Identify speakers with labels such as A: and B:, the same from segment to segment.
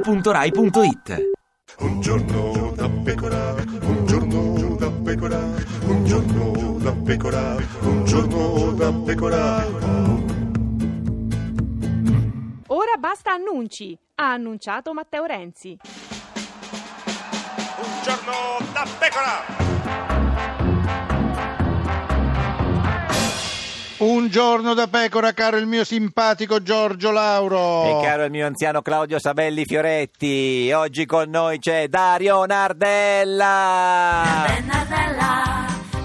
A: radio2pod.rai.it
B: Un giorno da pecora, un giorno da pecora, un giorno da pecora, un giorno da pecora.
C: Ora basta annunci, ha annunciato Matteo Renzi.
B: Un giorno da pecora.
D: Un giorno da pecora, caro il mio simpatico Giorgio Lauro.
E: E caro il mio anziano Claudio Sabelli Fioretti, oggi con noi c'è Dario Nardella,
F: Nardella,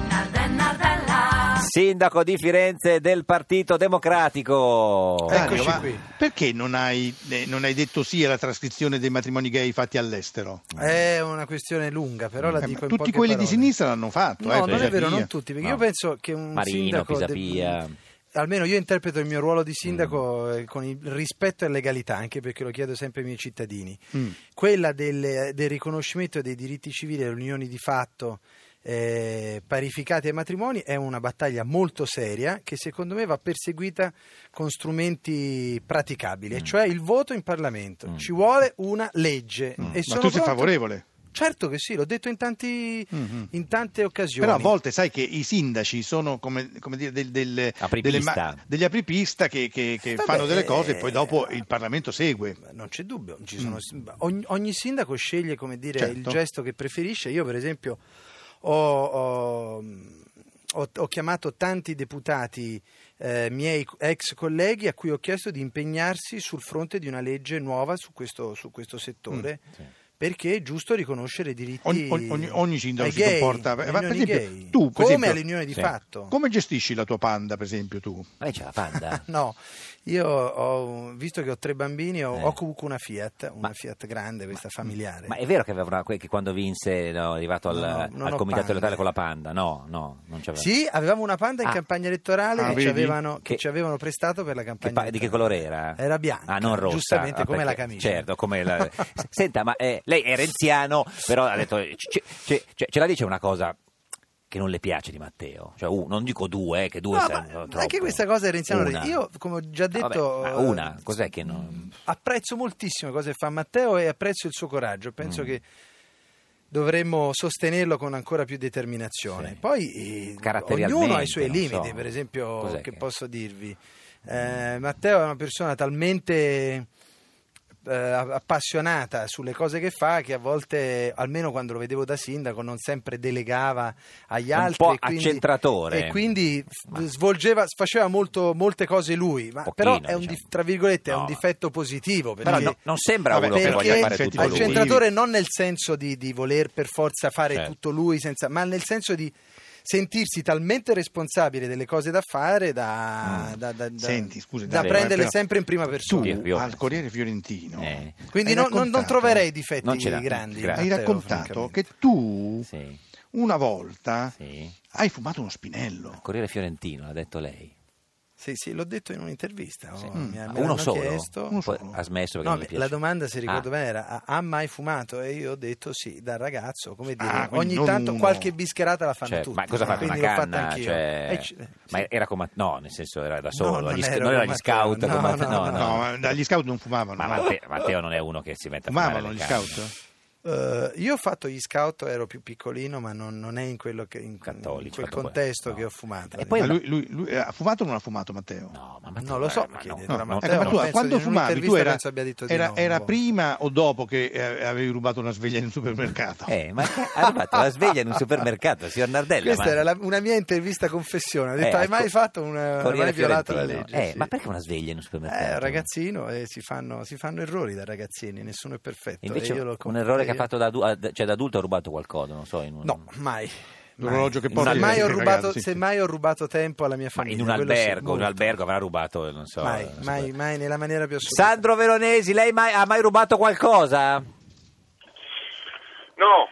F: Nardella, Nardella.
E: sindaco di Firenze del Partito Democratico.
G: Eh,
D: Dario, ma Perché non hai, eh, non hai detto sì alla trascrizione dei matrimoni gay fatti all'estero?
G: È una questione lunga, però la
D: Eh, ma
G: dico in
D: tutti
G: poche
D: quelli
G: parole.
D: di sinistra l'hanno fatto. eh,
G: No, non è vero,
D: Pisapia.
G: non tutti, perché
E: No.
G: io penso che un
E: Marino,
G: sindaco... de-
E: Pisapia.
G: almeno io interpreto il mio ruolo
E: Mm.
G: di sindaco eh, con il rispetto e legalità, anche perché lo chiedo sempre ai miei cittadini.
D: Mm.
G: Quella del, del riconoscimento dei diritti civili e le unioni di fatto eh, parificate ai matrimoni è una battaglia molto seria che secondo me va perseguita con strumenti praticabili, e cioè il voto in Parlamento.
E: Mm.
G: Ci vuole una legge.
D: Mm. Ma
G: E sono
D: tu sei
G: pronto-
D: favorevole.
G: Certo che sì, l'ho detto in, tanti-
D: Mhm.
G: in tante occasioni.
D: Però a volte sai che i sindaci sono come, come dire del- del- delle
E: Apripista.
D: degli apripista che, che- che
G: Vabbè,
D: fanno delle cose e poi
G: eh,
D: dopo il Parlamento segue.
G: Non c'è dubbio, ci sono- ogni, ogni sindaco sceglie come dire,
D: Mm. Certo.
G: il gesto che preferisce. Io, per esempio, ho, ho- ho- ho chiamato tanti deputati eh, miei ex colleghi a cui ho chiesto di impegnarsi sul fronte di una legge nuova su questo, su questo settore. Perché è giusto riconoscere i diritti
D: Mm, Ogni- ogni- ogni- ogni sindaco
G: ai
D: si
G: gay,
D: comporta-
G: alle
D: ma per
G: unioni
D: esempio,
G: gay,
D: tu, per
G: come
D: esempio-
G: all'unione di
E: Sì.
G: fatto.
D: Come gestisci la tua panda, per esempio, tu?
E: Ma lei c'è la panda?
G: No, io ho visto che ho tre bambini, ho,
E: Eh.
G: ho comunque una Fiat, una
E: Ma-
G: Fiat grande, questa familiare.
E: Ma è vero che, aveva una- che quando vinse no, è arrivato al,
G: No, no, non
E: al
G: ho
E: comitato
G: panda.
E: elettorale con la panda? No, no, non c'aveva.
G: Sì, avevamo una panda in
E: Ah.
G: campagna elettorale
D: Ah,
G: che, ci
D: vedi?
G: avevano, che
E: Che-
G: ci avevano prestato per la
E: Che
G: campagna.
E: pa- di che
G: elettorale.
E: colore era?
G: Era bianca.
E: Ah, non rossa.
G: Giustamente,
E: Ah,
G: come
E: perché-
G: la camicia.
E: Certo, come la... S- Senta, ma eh, lei è renziano, però ha detto... c- c- c- c- ce la dice una cosa che non le piace di Matteo? Cioè, uh, non dico due, eh, che due
G: No,
E: sono
G: ma
E: troppo.
G: anche questa cosa è renziana.
E: Una.
G: Io, come ho già
E: Vabbè,
G: detto,
E: ma
G: eh, mm.
E: una, cos'è che non...
G: apprezzo moltissimo cosa che fa Matteo e apprezzo il suo coraggio. Penso
E: Mm.
G: che dovremmo sostenerlo con ancora più determinazione.
E: Sì.
G: Poi eh,
E: Caratterialmente,
G: ognuno ha i suoi
E: non
G: limiti,
E: so.
G: per esempio,
E: Cos'è
G: che
E: che- Mm.
G: posso dirvi? Eh, Matteo è una persona talmente eh, appassionata sulle cose che fa che a volte almeno quando lo vedevo da sindaco non sempre delegava agli
E: Un
G: altri
E: po'
G: e quindi-
E: accentratore.
G: e quindi f-
E: Ma-
G: svolgeva faceva molto, molte cose lui ma però
E: Pochino,
G: è un
E: diciamo.
G: dif- tra virgolette è
E: No.
G: un difetto positivo perché
E: Però no- non sembra
D: Vabbè,
E: uno che
D: perché
E: voglia fare
D: effetti
E: tutto lui.
D: positivi.
G: accentratore non nel senso di, di voler per forza fare
E: Certo.
G: tutto lui, senza- ma nel senso di sentirsi talmente responsabile delle cose da fare da,
E: Mm.
G: da- da- da-
D: Senti, scusa,
G: da
D: Dario,
G: prenderle
D: però-
G: sempre in prima persona.
D: Tu,
E: Io- io-
D: al Corriere Fiorentino,
E: Eh.
G: Quindi
D: hai
G: no- non, non
D: raccontato-
G: troverei difetti
E: Non ce l'ha,
G: grandi.
E: grazie.
D: Hai
G: Matteo,
D: raccontato
G: francamente.
D: che tu
E: Sì,
D: una volta
E: sì.
D: hai fumato uno spinello.
E: Corriere Fiorentino, l'ha detto lei.
G: Sì, sì, l'ho detto in un'intervista. oh,
E: Mm.
G: mi- me
E: Ah,
G: l'hanno
E: uno solo?
G: chiesto.
D: Uno
E: Poi
D: solo.
E: Ha smesso perché
G: No,
E: non le
G: beh,
E: piace.
G: la domanda, se ricordo
E: Ah.
G: bene, era "Ha- ha mai fumato? E io ho detto sì, da ragazzo, come dire,
D: Ah, quindi
G: ogni
D: non
G: tanto
D: uno.
G: qualche bischerata la fanno
E: Cioè,
G: tutti.
E: ma cosa ha
G: no?
E: fatto? Una
G: Quindi l'ho fatta
E: canna?
G: anch'io.
E: Cioè,
G: Eh, c-
E: ma
G: sì.
E: era come... No, nel senso era da
G: No,
E: solo,
G: non
E: agli sc-
G: ero
E: non era
G: come
E: gli
G: Matteo,
E: scout.
G: no,
E: come-
G: no,
E: no,
G: no.
D: No, ma dagli scout non fumavano.
E: Ma Matteo, Matteo non è uno che si mette a fumare
D: Fumavano
E: le
D: gli
E: canne.
D: scout?
G: Eh, io ho fatto gli scout, ero più piccolino, ma non, non è in, quello che, in,
E: Cattolici,
G: in quel
E: fatto quello.
G: contesto
E: No.
G: che ho fumato.
E: E poi-
D: Ma lui, lui- lui- ha fumato o non ha fumato Matteo?
E: No, ma
G: Non lo so,
E: ma
G: chi
E: no,
G: deve-
E: no,
G: ma
E: no,
G: Matteo
D: Ecco, ma
G: no,
D: tu
G: penso
D: quando
G: di- in
D: fumavi tu
G: un'intervista
D: era,
G: penso abbia detto di
D: era-
G: no,
D: era
G: boh.
D: prima o dopo che eh, avevi rubato una sveglia in un supermercato?
E: Eh, ma ha rubato la sveglia in un supermercato, signor Nardella.
G: Questa
E: ma...
G: era la- una mia intervista confessione. Ho detto,
E: Eh,
G: hai
E: al
G: mai
E: co-
G: fatto una, hai
E: Corriere
G: mai violato la
E: Fiorentino.
G: legge?
E: Eh,
G: Sì.
E: ma perché una sveglia in un supermercato?
G: Eh, ragazzino, eh, si, fanno, si fanno errori da ragazzini, nessuno è perfetto.
E: Invece
G: E io lo
E: un errore che ha
G: comprendo.
E: fatto da adulto, cioè da adulto ha rubato qualcosa, non so, in un...
G: No, mai.
D: L'orologio che
G: mai.
D: porti
G: Semmai ho
D: sempre
G: rubato-
D: ragazzo, sì.
G: semmai ho rubato tempo alla
E: Ma
G: mia
E: in
G: famiglia.
E: un
G: quello sì,
E: albergo, un
G: molto.
E: albergo avrà rubato, non so.
G: Mai,
E: non so.
G: mai, mai, nella maniera più assoluta.
E: Sandro Veronesi, lei mai- ha mai rubato qualcosa?
H: No,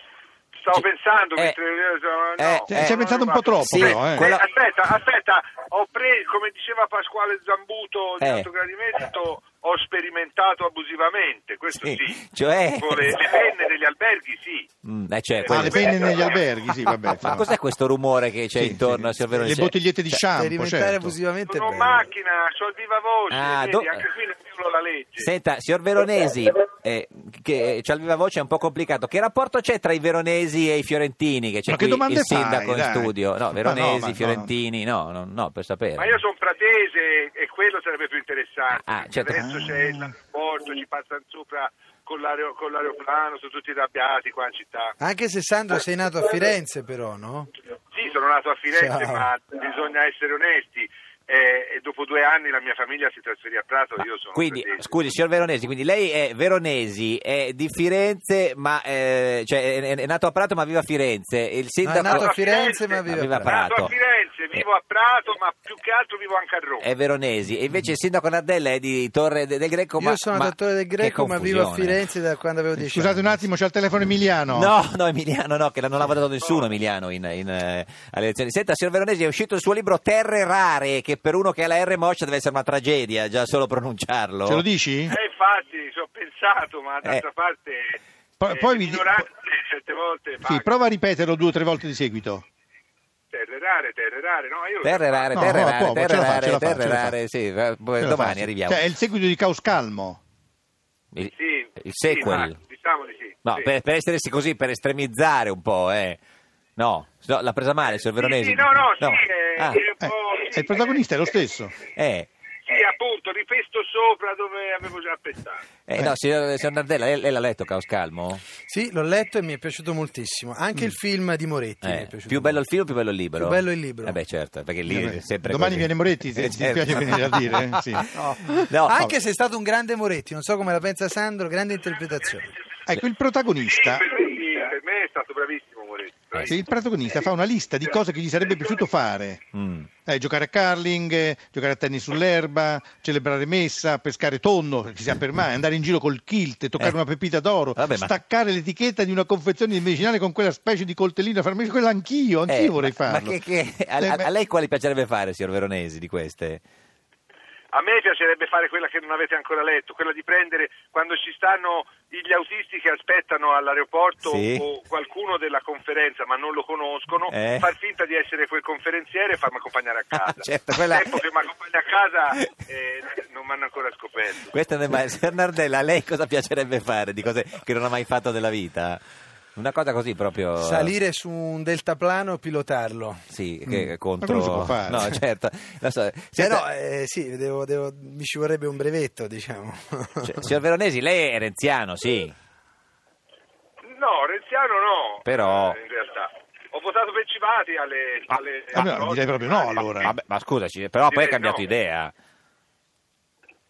H: stavo
E: Sì.
H: pensando
E: Eh,
H: mentre io sono-
E: eh,
H: no,
E: Cioè, ci
H: non
D: hai pensato un
H: arrivato.
D: po' troppo,
E: Sì,
D: però, eh.
E: quella-
H: Eh, aspetta, aspetta, ho preso, come diceva Pasquale Zambuto di
E: Eh.
H: alto gradimento,
A: ho sperimentato abusivamente, questo
E: Sì,
A: sì.
E: cioè-
A: Con le, le penne negli alberghi sì.
E: Mm, eh, cioè,
A: Ah,
E: quello-
D: Ah, le penne negli alberghi, sì, vabbè.
E: Ma
D: insomma.
E: cos'è questo rumore che c'è
D: Sì,
E: intorno
D: sì,
E: al Silverone?
D: Le
E: C'è-
D: bottigliette di
E: cioè,
D: shampoo,
G: Sperimentare
D: certo.
G: abusivamente è
A: Sono
G: bello.
A: macchina, so il viva voce,
E: Ah,
A: vedi,
E: do-
A: anche qui non violo la legge.
E: Senta, signor Veronesi, eh, che c'ha il viva voce un po' complicato. Che rapporto c'è tra i veronesi e i fiorentini? Che c'è
D: Ma che
E: qui
D: domande
E: il sindaco
D: fai,
E: in
D: dai?
E: studio. No,
D: Ma no,
E: veronesi,
D: ma no.
E: fiorentini, no, no, no, per sapere.
A: Ma io sono pratese e quello sarebbe più interessante.
E: Ah,
A: perché
E: certo.
A: Adesso
E: Ah.
A: c'è il l'aeroporto, ci passano sopra con, l'aereo- con l'aeroplano, sono tutti arrabbiati qua in città.
G: Anche se Sandro sei nato a Firenze però, no?
A: Sì, sono nato a Firenze,
G: Ciao.
A: ma bisogna essere onesti. Eh, e dopo due anni la mia famiglia si trasferì a Prato,
E: Ma
A: io sono
E: quindi,
A: pratese.
E: scusi, signor Veronesi, quindi lei è veronesi, è di Firenze, ma eh, cioè, è, è nato a Prato ma vive a Firenze. Il
G: No, è
E: sindaco
G: nato a Firenze ma
E: Ma
G: vive
E: vive
G: a
E: a
G: Prato.
A: Nato a
E: Eh.
A: Firenze, vivo a Prato, ma più che altro vivo anche a Roma.
E: è veronesi, e invece il sindaco Nardella è di Torre de- del Greco. ma,
G: Io sono
E: ma-
G: dottore del
E: che
G: Greco ma vivo a
E: confusione.
G: Firenze da quando avevo 10
D: Scusate un
G: anni.
D: attimo, c'è il telefono Emiliano.
E: No, no, Emiliano, no, che non l'ha votato nessuno Emiliano in, in, eh, alle elezioni. Senta, signor Veronesi, è uscito il suo libro Terre Rare, che per uno che ha la R moscia deve essere una tragedia, già solo pronunciarlo.
D: Ce lo dici?
A: Eh, infatti, ci ho pensato, ma d'altra
E: Eh.
A: parte
D: Po-
A: eh,
D: poi
A: le
D: mi di-
A: minoranze certe volte
D: Sì,
A: pagano.
D: prova a ripeterlo due o tre volte di seguito.
A: terre rare, terre rare, no, io lo
E: Terre Rare,
D: No,
E: Terre
D: no,
E: Rare,
D: poco, ce
E: Terre
D: la fa, ce la
E: Rare,
D: fa,
E: Terre
D: ce la fa.
E: Rare, sì, va-
D: Ce la
E: Eh, domani
D: faccio.
E: arriviamo.
D: Cioè, è il seguito di Caos Calmo.
E: Il,
A: Sì,
E: il
A: sì,
E: sequel.
A: ma diciamo di sì.
E: No,
A: sì.
E: per, per essersi così, per estremizzare un po', eh. No, no, l'ha presa male, signor
A: Sì,
E: Veronesi?
A: sì, no, no, sì, eh,
E: Ah,
A: è
D: Eh,
A: un po'-
D: e il protagonista è lo stesso.
E: eh.
A: Sì, appunto, ripesto sopra dove avevo già pensato.
E: Eh, no, signor, signor Nardella, lei, lei l'ha letto Caos Calmo?
G: Sì, l'ho letto e mi è piaciuto moltissimo. Anche il film di Moretti mi
E: Mm. Eh,
G: è piaciuto.
E: più bello il film o più bello il libro?
G: Più bello il libro.
E: Eh beh, certo, perché lì
D: Vabbè,
E: è sempre
D: domani
E: così.
D: viene Moretti, se-
E: Eh,
D: ti
E: certo.
D: dispiace venire a dire, eh? Sì. No.
E: No,
G: Anche se è stato un grande Moretti, non so come la pensa Sandro, grande interpretazione.
D: Ecco, il
A: Sì,
D: protagonista,
A: per, me sì, per me è stato bravissimo Moretti.
D: Eh. sì, il protagonista fa una lista di cose che gli sarebbe piaciuto fare.
E: Mm.
D: Eh, giocare a curling, eh, giocare a tennis sull'erba, celebrare messa, pescare tonno, chissà per mai, andare in giro col kilt, toccare
E: Eh.
D: una pepita d'oro,
E: Vabbè, ma-
D: staccare l'etichetta di una confezione di medicinale con quella specie di coltellino farmacico, quello anch'io, anch'io
E: Eh,
D: vorrei
E: ma-
D: farlo.
E: Ma che, che- a,
D: Eh,
E: a-
D: beh,
E: a lei quali piacerebbe fare, signor Veronesi, di queste?
A: A me piacerebbe fare quella che non avete ancora letto, quella di prendere quando ci stanno gli autisti che aspettano all'aeroporto
E: Sì.
A: o qualcuno della conferenza ma non lo conoscono,
E: Eh.
A: far finta di essere quel conferenziere e farmi accompagnare a casa.
E: Ah, certo, quella-
A: Il tempo che mi accompagna a casa eh, non mi hanno ancora scoperto.
E: Questa non è mai... Signor Nardella, a lei cosa piacerebbe fare di cose che non ha mai fatto nella vita? Una cosa così proprio...
G: Salire su un deltaplano e pilotarlo. Eh,
E: Sì, che
D: Mm.
E: contro...
D: Ma quello si può fare.
E: No, certo. Lo so.
G: Se
E: Senta,
G: no, eh, sì, devo- devo- mi ci vorrebbe un brevetto, diciamo.
E: cioè, signor Veronesi, lei è renziano, sì.
A: No, Renziano no.
E: Però-
A: eh, in realtà. Ho votato per Civati alle... alle-
D: ah, no, direi proprio no, allora.
E: Vabbè, ma scusaci, però poi
A: Direi
E: ha cambiato
A: no.
E: idea.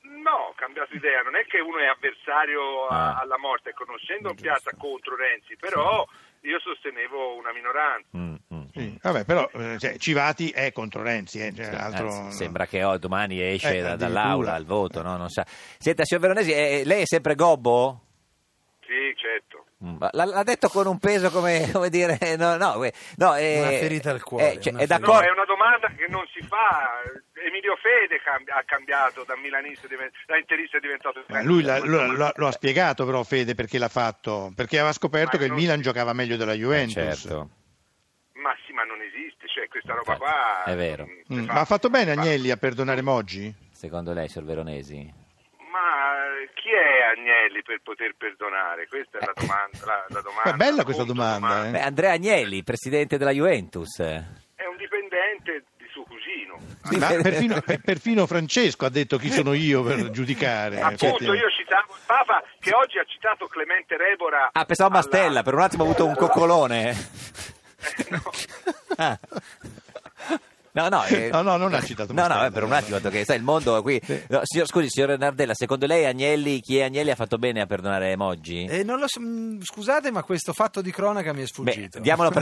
A: No, ho cambiato idea, non è che uno è avversario a-
E: Ah.
A: alla morte, ecco, conoscendo
E: Giusto.
A: piazza contro Renzi, però io sostenevo una minoranza.
E: Mm, mm.
D: Sì, vabbè, però eh, cioè, Civati è contro Renzi, eh, cioè,
E: Sì,
D: altro-
E: anzi, sembra che oh, domani esce
D: Eh,
E: da-
D: addirittura.
E: dall'aula al voto, no? Non sa. Senta, signor Veronesi, eh, lei è sempre gobbo?
A: Sì, certo.
E: Mm, ma L'ha, l'ha detto con un peso come, come dire no no, eh, no, eh,
G: Una ferita al cuore,
E: eh, cioè,
G: una
E: è
G: ferita.
A: No,
E: d'accordo
A: è una domanda che non si fa. Emilio Fede cam- ha cambiato da milanista, è diven- da interista è diventato...
D: Ma Eh, lui l'ha- lo, lo- lo ha spiegato però Fede perché l'ha fatto, perché aveva scoperto
A: Ma
D: che il
A: non-
D: Milan giocava meglio della
E: Eh,
D: Juventus.
E: certo
A: Ma sì, ma non esiste, cioè questa roba
E: Infatti,
A: qua...
E: è vero.
A: mm, si
D: Mm,
A: fa-
D: Ma ha fatto bene
A: si fa.
D: Agnelli a perdonare Moggi?
E: secondo lei signor Veronesi
A: Ma eh, chi è Agnelli per poter perdonare? Questa
E: Eh.
A: è la domanda. La, la domanda
D: Beh, bella questa
A: appunto,
D: domanda, eh.
E: Beh, Andrea Agnelli presidente della Juventus
A: È un dipendente di suo cugino.
E: Sì,
D: Ma
E: per-
D: perfino, eh, perfino Francesco ha detto chi sono io per
E: Eh,
D: giudicare.
A: Appunto, io citavo il Papa che oggi ha citato Clemente Rebora.
E: ah pensavo a
A: alla-
E: Mastella per un attimo ho avuto un coccolone Ah. No, no, eh,
D: No, no, non ha citato
E: No, no,
D: Mastella,
E: eh, per un
D: no,
E: attimo,
D: no.
E: perché sai, il mondo qui... No, signor- scusi, signor Nardella, secondo lei Agnelli, chi è Agnelli ha fatto bene a perdonare Moggi?
G: Eh, non lo so, mm, scusate, ma questo fatto di cronaca mi è
E: Beh,
G: sfuggito.
E: diamolo per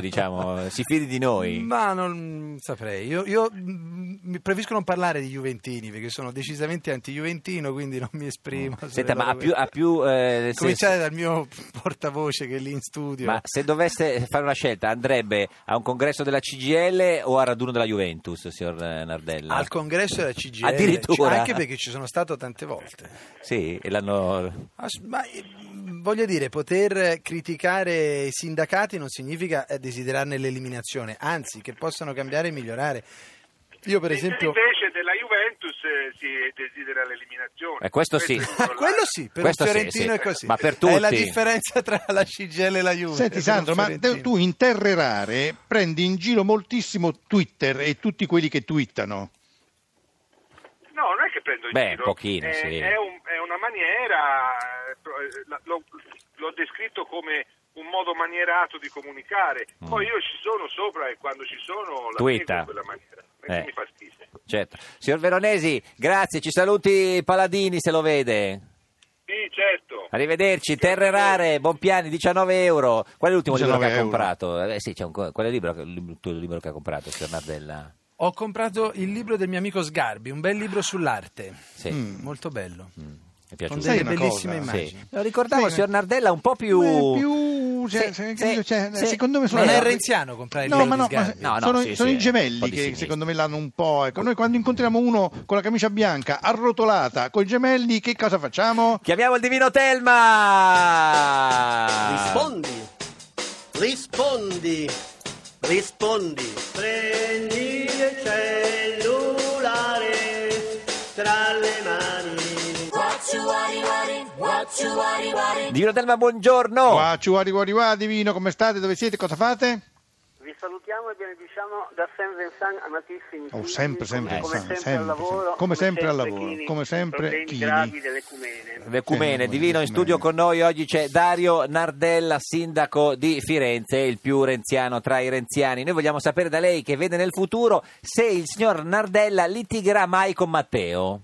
E: diciamo, si fidi di noi.
G: Ma non saprei, io, io, mm, mi preferisco non parlare di Juventini perché sono decisamente anti-Juventino, quindi non mi esprimo. sulle
E: Mm. Senta, ma
G: loro
E: ha più... Ha più eh, nel
G: Cominciare
E: senso-
G: dal mio portavoce che è lì in studio.
E: Ma se dovesse fare una scelta, andrebbe a un congresso della CGL o a raduno della Juventus, signor eh, Nardella?
G: Al congresso della CGL,
E: Addirittura?
G: cioè, anche perché ci sono stato tante volte.
E: Sì, e l'hanno...
G: As- Ma eh, voglio dire, poter criticare i sindacati non significa eh, desiderarne l'eliminazione, anzi che possano cambiare e migliorare. Io per esempio...
A: Invece della Juventus eh, si desidera l'eliminazione.
E: Eh, questo sì.
A: è il problema.
G: Ah, Quello sì, per
E: Questo
G: un
E: sì,
G: fiorentino
E: sì.
G: è così.
E: Ma per
G: È la
E: tutti.
G: differenza tra la CGL e la Juve. Per
D: Senti
G: un
D: Sandro, ma
G: fiorentino.
D: te- tu in terre rare prendi in giro moltissimo Twitter e tutti quelli che twittano.
A: No, non è che prendo in
E: Beh,
A: giro.
E: un pochino,
A: è,
E: sì.
A: è un- è una maniera, eh, pro- eh, la- l'ho, l'ho descritto come un modo manierato di comunicare.
E: Mm.
A: Poi io ci sono sopra e quando ci sono la
E: Twitta.
A: seguo in quella maniera. E
E: Eh.
A: Mi fa schifo.
E: Certo. Signor Veronesi, grazie, ci saluti Paladini se lo vede.
A: Sì, certo.
E: Arrivederci, Terre Rare, Bonpiani, 19 euro. Qual è l'ultimo libro che
D: 19
E: ha
D: euro.
E: comprato? Eh, sì, c'è un, qual è il libro, il tuo libro che ha comprato, signor Nardella?
G: Ho comprato il libro del mio amico Sgarbi, un bel libro sull'arte,
E: Sì,
G: molto bello,
E: mi è piaciuto.
G: con
D: Mm. Sai
G: delle
D: una
G: bellissime
D: cosa?
E: Sì.
G: immagini.
E: Lo ricordavo,
D: Sì,
E: signor Nardella, un po' più...
D: Eh, più, cioè, se-
E: Sì, sì,
D: cioè,
E: sì.
D: secondo me sono
G: Non
D: Eh,
G: è
D: no,
G: renziano comprare il
D: No,
G: libro
D: ma
G: di
D: no, ma
G: Sgarbi.
E: No, no,
D: sono,
E: sì,
D: sono
E: sì,
D: i
E: un
D: gemelli
E: po' di
D: che
E: sinistra.
D: secondo me l'hanno un po'. Ecco. Noi quando incontriamo uno con la camicia bianca arrotolata con i gemelli, che cosa facciamo?
E: Chiamiamo il divino Telma!
H: Rispondi, rispondi, rispondi. Prendi il cellulare tra le mani.
F: What you worry, worry, what you worry, worry.
E: Divino Telma, buongiorno!
D: Qua, ci guardi, guardi, guardi, divino, come state? Dove siete? Cosa fate?
I: Vi salutiamo e benediciamo da San Vincent, amatissimi.
D: Oh,
I: figli,
D: sempre, sempre,
I: come
D: sempre,
I: sempre,
D: sempre,
I: al lavoro,
D: come sempre al lavoro,
I: chini,
D: come sempre
I: problemi
D: chini.
I: gravi dell'ecumene.
E: L'Ecumene,
D: Eh,
E: divino in
D: l'Ecumene.
E: studio con noi oggi c'è Dario Nardella, sindaco di Firenze, il più renziano tra i renziani. Noi vogliamo sapere da lei che vede nel futuro se il signor Nardella litigherà mai con Matteo.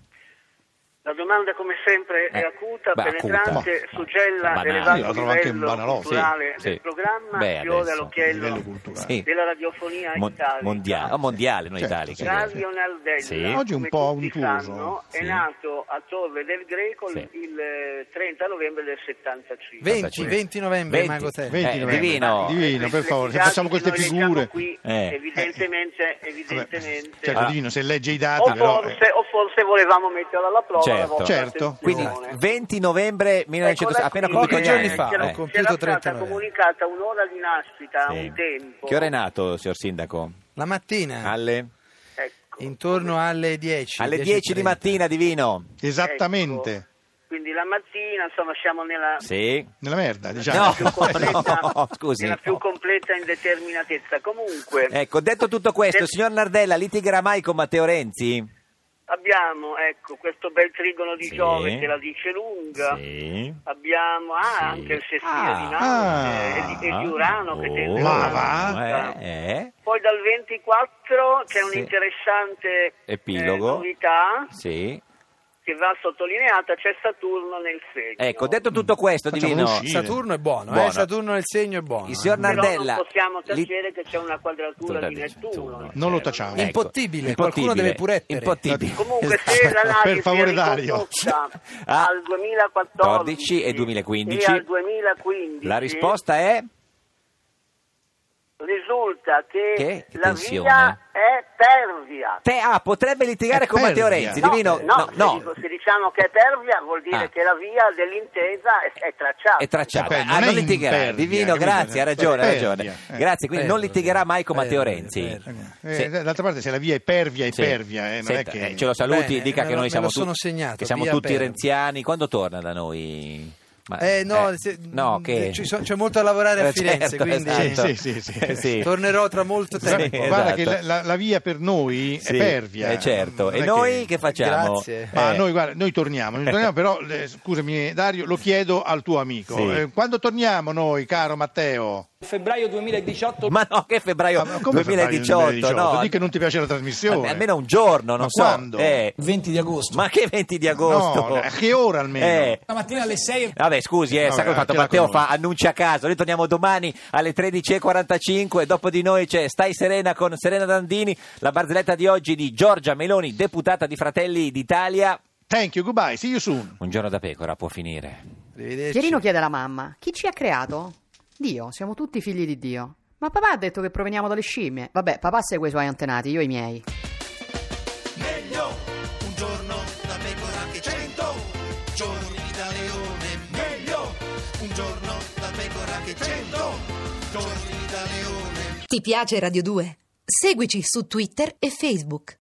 I: La domanda, come sempre, è
E: Eh,
I: acuta,
E: beh, acuta. Eh,
I: penetrante,
E: Ma-
I: suggella
E: banale.
D: Io
I: l'elevato
D: la trovo anche
I: livello
D: banalotta.
I: culturale
E: Sì,
I: del
E: sì.
I: programma,
E: Beh,
I: fiore
E: adesso,
D: livello
I: all'occhiello
D: culturale.
E: Sì.
I: della radiofonia
E: Mon-
I: italica.
E: mondiale, oh, mondiale, non
D: Certo,
E: italica.
I: Radio Nardella,
E: Sì.
D: Oggi è un
I: come
D: po'
I: tutti
D: untuoso,
I: sanno,
E: sì.
I: è nato a Torre del Greco
E: Sì.
I: il eh, 30 novembre del 75.
G: 20, 20 novembre,
E: 20.
G: Mago Telma.
E: Eh,
D: 20 novembre.
E: divino.
D: divino, per favore, se
I: Questi
D: facciamo
I: dati
D: queste
I: che noi leggiamo
D: figure.
I: qui,
E: Eh.
I: evidentemente,
D: Vabbè,
I: evidentemente.
D: certo,
E: Ah.
D: divino, se legge i
I: o,
D: dati, però. eh.
I: forse, o forse volevamo metterla alla
E: Certo.
I: prova la vostra Ecco,
D: Certo.
E: Quindi
I: attenzione.
E: 20 novembre 1900,
I: Eccola
E: appena
I: qui,
E: compiuto
G: pochi giorni
E: gli
G: fa,
E: anni.
I: c'era,
G: ho
E: Eh,
G: compiuto
I: c'era
G: 30
I: stata
G: novembre.
I: comunicata un'ora di nascita,
E: sì.
I: un tempo.
E: Che ora è nato, signor sindaco?
G: La
D: Eh.
G: mattina,
E: Alle,
I: Ecco.
G: intorno alle 10.
E: alle 10 di
G: 10:30.
E: mattina, divino.
D: eh, Esattamente.
I: Ecco. Quindi la mattina, insomma, siamo nella,
E: Sì.
D: Nella merda, diciamo.
E: No,
I: più completa,
E: no, scusi.
I: nella più completa indeterminatezza. Comunque,
E: Ecco, detto tutto questo,
I: Del-
E: signor Nardella litigherà mai con Matteo Renzi?
I: abbiamo ecco, questo bel trigono di
E: Sì.
I: Giove che la dice lunga.
E: Sì.
I: Abbiamo ah,
E: Sì.
I: anche il sestile
E: Ah.
I: di Napoli e di, e di Urano che
E: Oh,
I: tende
D: Ma
I: la
D: va?
I: rotta.
E: Eh, eh.
I: Poi dal 24 c'è
E: Sì.
I: un'interessante
E: Epilogo.
I: eh, novità
E: Sì.
I: che va sottolineata, c'è Saturno nel segno.
E: Ecco, detto tutto questo,
D: Facciamo
E: Divino,
D: uscire.
G: Saturno è buono,
E: Buono.
G: Eh? Saturno nel segno è buono.
E: il signor
G: eh.
I: Però
E: Nardella...
I: non possiamo
E: li-
I: tacere che c'è una quadratura di Nettuno.
E: Nettuno,
D: Non lo
E: eh,
D: tacciamo.
E: ecco.
G: Impottibile, qualcuno deve pure essere.
E: Impottibile.
I: Comunque se l'analisi
D: Per favore,
I: è ricondotta
E: Ah.
I: al 2014
E: e 2015.
I: e al 2015
E: La risposta è...
I: risulta che,
E: Che? Che
I: la
E: tensione.
I: via è pervia.
E: Te, ah, potrebbe litigare
D: È
E: con Matteo
D: Pervia.
I: eh.
E: Renzi,
D: No,
E: Divino...
I: no, se, dico- se diciamo che è pervia vuol dire
E: Ah.
I: che la via dell'intesa è, è tracciata.
E: è tracciato.
D: Cioè,
E: Ah,
D: non
E: non,
D: è
E: litigherà.
D: impervia,
E: Divino,
D: capito?
E: grazie, ha ragione, ha
D: È
E: ragione.
D: pervia, eh.
E: Grazie, quindi non
G: Pervia,
E: litigherà mai con Matteo
G: pervia,
E: Renzi.
G: pervia.
D: Eh,
E: Sì.
D: D'altra parte, se la via è pervia, è
E: Sì.
D: pervia. eh, non
E: Senta,
D: è che...
E: eh, ce lo saluti,
G: Bene,
E: dica
G: me
E: che
G: lo-
E: noi
G: me
E: siamo,
G: lo sono
E: tutti-
G: segnato,
E: che siamo
G: via
E: tutti
G: Pervia.
E: renziani. Quando torna da noi? Ma-
G: Eh, no,
E: eh,
G: se-
E: no, che-
G: ci so- c'è molto da lavorare a
E: Eh,
G: Firenze,
E: certo,
G: quindi-
E: esatto.
D: Sì, sì, sì, sì.
E: Eh,
G: Tornerò tra molto
E: Sì,
G: tempo.
E: esatto.
D: Guarda che la, la- la via per noi
E: Sì,
D: è pervia.
E: eh, certo.
D: Non
E: E
D: è
E: noi
D: che-
E: che facciamo?
G: Grazie.
D: Ma
E: Eh,
D: noi, guarda, noi torniamo, noi torniamo, però eh, scusami Dario, lo chiedo al tuo amico.
E: Sì.
D: Eh, quando torniamo noi, caro Matteo?
J: Febbraio 2018
E: Ma no, che febbraio
D: Ah, ma come febbraio
E: 2018?
D: 2018?
E: No,
D: Dì che non ti piace la trasmissione.
E: Almeno un giorno, non
D: Ma
E: so.
D: quando?
E: Eh,
J: 20 di agosto.
E: ma che 20 di agosto?
D: No, a che ora almeno?
E: Eh,
J: La mattina alle 6
E: Vabbè, scusi, eh,
D: Vabbè,
E: sa cosa ho fatto?
D: anche la
E: Matteo
D: conosco.
E: fa annunci a caso. Noi torniamo domani alle 13.45. Dopo di noi c'è Stai Serena con Serena Dandini. La barzelletta di oggi di Giorgia Meloni, deputata di Fratelli d'Italia.
D: Thank you, goodbye, see you soon.
E: Un giorno da pecora può finire.
G: Arrivederci.
K: Pierino chiede alla mamma: Chi ci ha creato? Dio, siamo tutti figli di Dio. Ma papà ha detto che proveniamo dalle scimmie. Vabbè, papà segue i suoi antenati, io i miei.
L: Meglio un giorno da pecora che cento giorni da leone. Meglio un giorno da pecora che cento giorni da leone.
M: Ti piace Radio 2? Seguici su Twitter e Facebook.